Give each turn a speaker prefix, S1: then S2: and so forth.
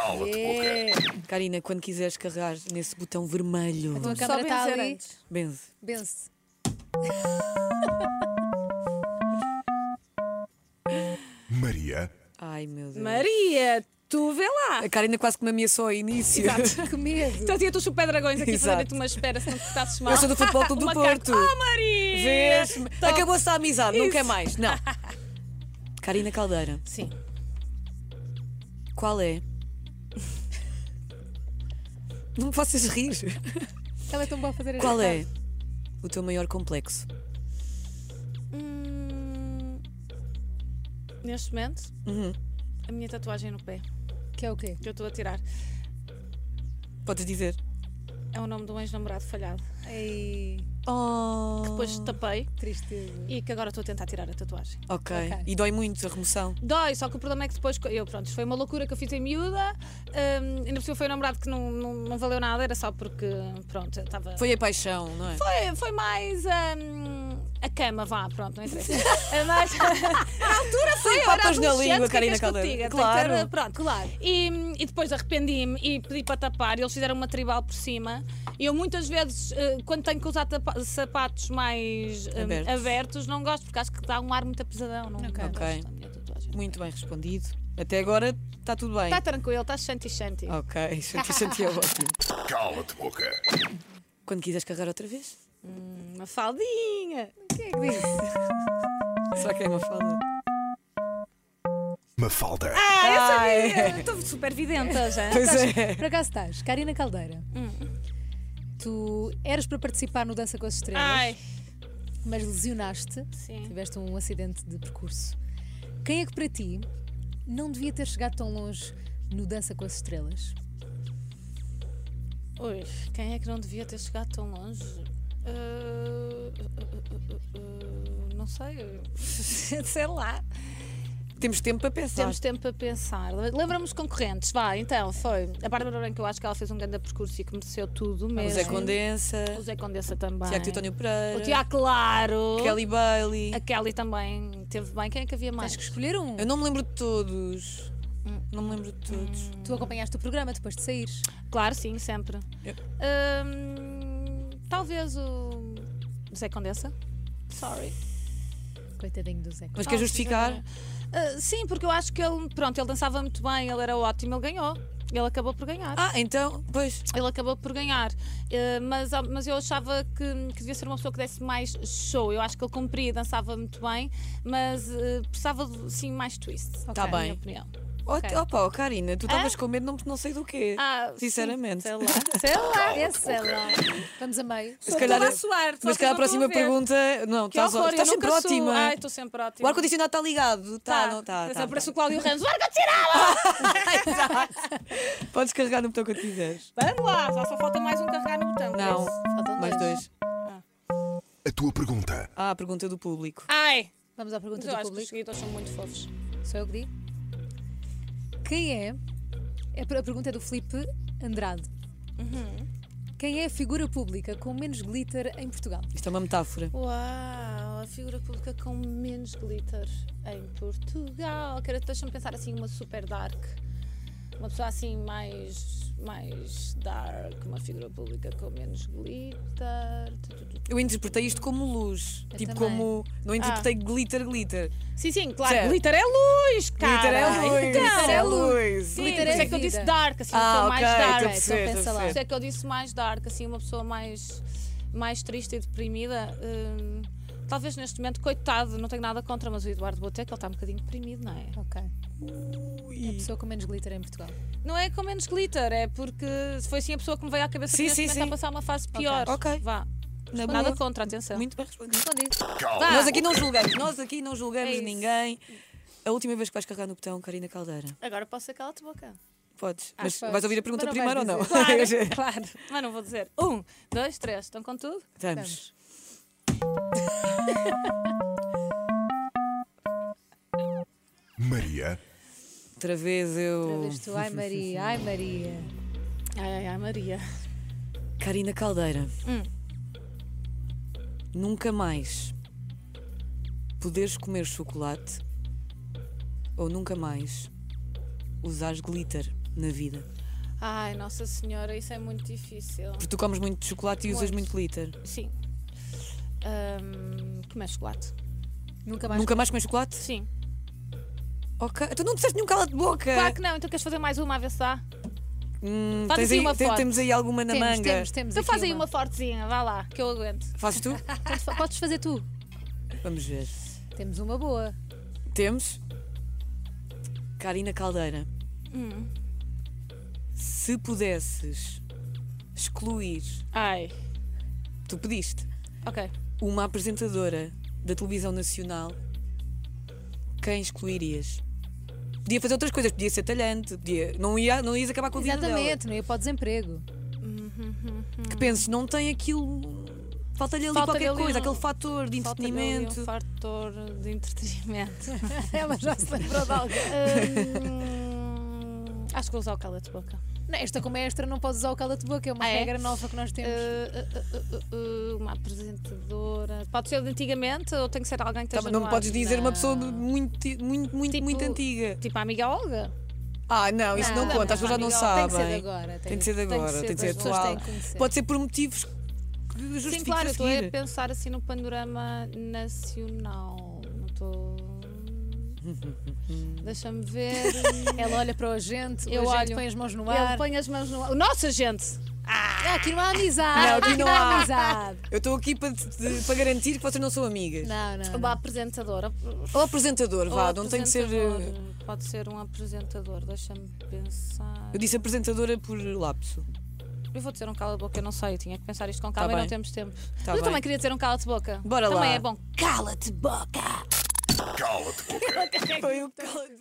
S1: aula de boca.
S2: Karina, quando quiseres carregar nesse botão vermelho,
S3: Então
S4: A tua câmara está
S3: benzer
S4: ali.
S3: antes.
S2: benze.
S4: Benze.
S1: Maria,
S2: Ai meu Deus.
S3: Maria, tu vê lá.
S2: A Karina quase que me ameaçou ao início.
S4: Que medo.
S3: Então tinha tu super dragões aqui a
S2: Exato.
S3: fazer-te uma espera se não te portasses mal. Tá,
S2: Eu sou do Futebol Clube do
S3: Uma carta.
S2: Porto.
S3: Ah, Maria!
S2: Vês?
S3: Top.
S2: Acabou-se a amizade, não quer mais. Não. Karina Caldeira,
S3: Sim.
S2: qual é? Não me faças rir.
S4: Ela é tão boa a fazer
S2: Qual
S4: esta.
S2: é o teu maior complexo?
S3: Hum, neste momento,
S2: Uhum.
S3: a minha tatuagem no pé,
S4: Que é o quê?
S3: que eu estou a tirar,
S2: Podes dizer.
S3: é o nome de um ex-namorado falhado.
S4: Ai,
S2: Oh.
S3: Depois tapei
S4: tristeza.
S3: e que agora estou a tentar tirar a tatuagem.
S2: ok.
S4: Ok.
S2: E dói muito a remoção.
S3: Dói, só que o problema é que depois. co- Eu, pronto, isto foi uma loucura que eu fiz em miúda. hum, ainda por cima foi um namorado que não, não, não valeu nada, era só porque, pronto, eu estava.
S2: Foi a paixão, não é?
S3: Foi, foi mais hum, a cama, vá, pronto, não interessa. É mais, na altura foi, eu era
S2: papas na
S3: adolescente,
S2: língua,
S3: o que é que
S2: Karina
S3: és que eu te
S2: Caldeira.
S3: diga? Tem que
S2: Claro.
S3: ter, pronto, claro. E, hum, e depois arrependi-me e pedi para tapar, e eles fizeram uma tribal por cima. E eu muitas vezes, eh, quando tenho que usar tapa- sapatos mais hum,
S2: Abertos.
S3: abertos. não gosto, porque acho que dá um ar muito apesarão. Não, não
S4: Ok.
S3: gosto
S2: Ok.
S3: da minha tatuagem.
S2: Muito bem respondido. Até agora está tudo bem.
S3: Está Tá tranquilo, está shanti-shanti.
S2: Ok, Santi Santi é ótimo.
S1: cala-te boca.
S2: Quando quiseres carregar outra vez,
S3: Hum, Uma faldinha.
S4: Quem é que disse?
S2: será que é uma falda?
S1: Mafalda,
S3: Ah, eu sabia. Estou super videnta já.
S2: Pois é.
S4: Por acaso estás? Karina Caldeira. Tu eras para participar no Dança com as Estrelas,
S3: Ai,
S4: mas lesionaste,
S3: sim.
S4: tiveste um acidente de percurso. Quem é que para ti não devia ter chegado tão longe no Dança com as Estrelas?
S3: Ui, quem é que não devia ter chegado tão longe? Ah, ah, ah, ah, ah, não sei. sei lá.
S2: Temos tempo para pensar.
S3: Temos tempo para pensar. Lembra-me os concorrentes, vá, então, foi. A Bárbara Branca, eu acho que ela fez um grande percurso e que mereceu tudo
S2: Ah, O
S3: mesmo.
S2: Zé Condensa,
S3: O Zé Condensa também.
S2: Tiago Titónio Pereira,
S3: O Tiago, claro.
S2: Kelly Bailey.
S3: A Kelly também teve bem. Quem é que havia mais?
S4: Tens que escolher um.
S2: Eu não me lembro de todos. Não me lembro de todos.
S3: Hum.
S4: Tu acompanhaste o programa depois de saíres.
S3: Claro, sim, sempre.
S2: Eu-
S3: Hum, talvez o Zé Condensa. Sorry.
S4: Coitadinho do Zé.
S2: Mas quer justificar?
S3: Ah, sim, porque eu acho que ele, pronto, ele dançava muito bem, ele era ótimo, ele ganhou. Ele acabou por ganhar.
S2: Ah, então, pois.
S3: Ele acabou por ganhar. Ah, mas, ah, mas eu achava que, que devia ser uma pessoa que desse mais show. Eu acho que ele cumpria, dançava muito bem, mas ah, precisava de, sim mais twist.
S2: Tá
S3: na minha
S2: bem.
S3: opinião.
S2: Oh,
S3: Ok.
S2: Opa, oh, Karina, tu estavas com medo, não, não sei do quê.
S3: Ah, sim,
S2: Sinceramente.
S3: sei lá. Sei lá.
S4: É, sei lá. Vamos a meio.
S2: Se calhar, é-
S3: Estou a suar, só
S2: mas se calhar a
S3: vocês não
S2: próxima
S3: estão a ver.
S2: pergunta. Não,
S3: Que
S2: estás,
S3: horror, eu
S2: estás sempre
S3: nunca sou-
S2: ótima.
S3: Ai, estou sempre
S2: O
S3: ótima.
S2: ar-condicionado está ligado. Está,
S3: Tá.
S2: não está.
S3: Mas
S2: tá,
S3: aparece
S2: tá.
S3: o Cláudio Ramos. Larga de tirar!
S2: Podes carregar no botão que quiseres.
S3: Vamos lá, já só falta mais um carregar no botão.
S2: Não,
S4: Faltam
S2: mais dois.
S1: a tua pergunta.
S2: Ah, a pergunta do público.
S3: Ai!
S4: Vamos à
S3: Mas
S4: pergunta
S3: eu
S4: do
S3: acho que os
S4: público.
S3: seguidores são muito fofos.
S4: Sou eu que digo. Quem é? é per- A pergunta é do Felipe Andrade. Quem é a figura pública com menos glitter em Portugal?
S2: Isto é uma metáfora.
S3: Uau, a figura pública com menos glitter em Portugal. Quero deixa-me pensar assim, uma super dark. Uma pessoa assim mais, mais dark, uma figura pública com menos glitter. Tu, tu, tu, tu.
S2: Eu interpretei isto como luz.
S4: Eu
S2: tipo,
S4: também.
S2: como. Não interpretei glitter, glitter.
S3: Sim, sim, Ah. claro.
S2: Certo.
S3: Glitter é luz,
S2: Glitter
S3: cara.
S2: é luz.
S3: Então,
S2: é luz.
S3: Sim,
S4: Glitter
S3: por
S4: é
S3: isso é que eu
S4: vida.
S3: disse dark, assim, uma
S2: Ah,
S3: pessoa
S2: ok.
S3: mais dark.
S2: estou a
S4: então
S2: perceber,
S4: pensa
S2: estou a
S4: lá.
S3: Por isso
S2: perceber.
S3: é que eu disse mais dark, assim, uma pessoa mais, mais triste e deprimida. Hum, talvez neste momento, coitado, não tenho nada contra, mas o Eduardo Boteco, ele está um bocadinho deprimido, não é?
S4: Ok. É A pessoa com menos glitter em Portugal.
S3: Não é com menos glitter, é porque foi assim a pessoa que me veio à cabeça
S2: Sim,
S3: que neste
S2: sim,
S3: momento
S2: sim.
S3: está a passar uma fase pior.
S2: Ok.
S3: Vá.
S2: Na
S3: nada
S2: boa.
S3: contra, atenção.
S2: Muito bem respondido.
S4: Respondido.
S1: Cala.
S3: Vá.
S2: Nós aqui não julgamos, nós aqui não julgamos
S3: Ah. É isso.
S2: ninguém. A última vez que vais carregar no botão, Karina Caldeira.
S3: Agora posso ser cala-te boca.
S2: Podes.
S3: Ah,
S2: mas
S4: podes.
S2: vais ouvir a pergunta
S4: Mas não
S2: primeiro ou
S4: vais
S2: não?
S3: dizer. Claro, mas não vou dizer. Um, dois, três, estão com tudo?
S2: Estamos.
S1: Maria,
S2: Outra vez eu.
S4: Outra vez tu.
S2: Oh.
S4: Ai, Maria. Ai, Maria.
S3: Ai, ai, ai, Maria.
S2: Karina Caldeira.
S3: Hum.
S2: Nunca mais poderes comer chocolate ou nunca mais usares glitter na vida?
S3: Ai, Nossa Senhora, isso é muito difícil.
S2: Porque tu comes muito chocolate e usas muito
S3: Muito.
S2: glitter.
S3: Sim. Ahm, comer chocolate.
S4: Nunca mais.
S2: Nunca mais comes chocolate?
S3: Sim.
S2: Ok. Tu não disseste nenhum cala de boca!
S3: Claro que não, então queres fazer mais uma a ver se dá?
S2: Hum,
S3: Faz
S2: tens
S3: assim
S2: aí,
S3: uma
S2: tem-
S3: foto.
S2: temos aí alguma na
S4: temos,
S2: manga.
S4: temos, temos.
S3: Então
S4: aqui
S3: faz aí uma fortezinha, vá lá, que eu aguento.
S2: Fazes tu?
S4: Podes, fa- podes fazer tu.
S2: Vamos ver.
S4: Temos uma boa.
S2: Temos. Karina Caldeira.
S3: Hum.
S2: Se pudesses excluir,
S3: Ai.
S2: tu pediste,
S3: Ok.
S2: uma apresentadora da televisão nacional, quem excluirias? Podia fazer outras coisas, podia ser talhante, podia... não, ia, não ias acabar com a vida
S4: Exatamente, não ia para o desemprego.
S2: dela. Que penses, não tem aquilo. Hum. Falta-lhe ali
S3: Falta-lhe
S2: qualquer
S3: ali
S2: coisa,
S3: um-
S2: aquele fator de
S3: Falta-lhe ali
S2: entretenimento.
S3: um fator de entretenimento.
S4: Ela já se lembrou de alguém.
S3: Hum, acho que vou usar o cala de boca.
S4: Não, Esta como é extra não podes usar o cala de boca, é uma
S3: Ah, é?
S4: regra nova que nós temos.
S3: Uh, uh, uh, uh, uh, uma apresentadora. Pode ser de antigamente ou tem que ser alguém que
S2: Tá,
S3: esteja
S2: não
S3: no ar?
S2: podes dizer uma pessoa
S3: Não.
S2: muito, muito, muito,
S3: Tipo-
S2: muito antiga.
S3: Tipo a amiga Olga.
S2: Ah, não, isso não,
S4: Não,
S2: conta, as
S3: não,
S2: pessoas já não sabem.
S3: amiga,
S4: tem que ser de agora.
S2: Tem de ser de agora, tem de ser
S4: das pessoas
S2: atual.
S4: têm que conhecer.
S2: Pode ser por motivos que justificam
S3: Sim, claro, eu
S2: a
S3: estou a
S2: seguir.
S3: pensar assim no panorama nacional. Não estou. Deixa-me ver.
S4: Ela olha para o agente,
S3: Eu
S4: o agente
S3: olho.
S4: põe as mãos no
S3: Ele
S4: ar.
S3: põe as mãos no. ar. Nossa, gente!
S4: Ah, aqui não há amizade.
S2: Não, aqui
S4: aqui
S2: não
S4: não
S2: há.
S4: há amizade.
S2: Eu estou aqui para, te- para garantir que vocês não são amigas.
S4: Não, não.
S3: Uma apresentadora.
S2: Ou apresentador, vá, não tem que ser. eh,
S3: apresentador. Pode ser um apresentador, deixa-me pensar.
S2: Eu disse apresentadora por lapso.
S3: Eu vou dizer um cala-boca, eu não sei, eu tinha que pensar isto com calma
S2: Tá
S3: e
S2: bem.
S3: não temos tempo. Mas eu
S2: bem.
S3: também queria dizer um cala-te-boca.
S2: Bora
S3: também
S2: lá.
S3: é bom. Cala-te-boca!
S1: Cala-te boca.
S2: Foi o cala de boca.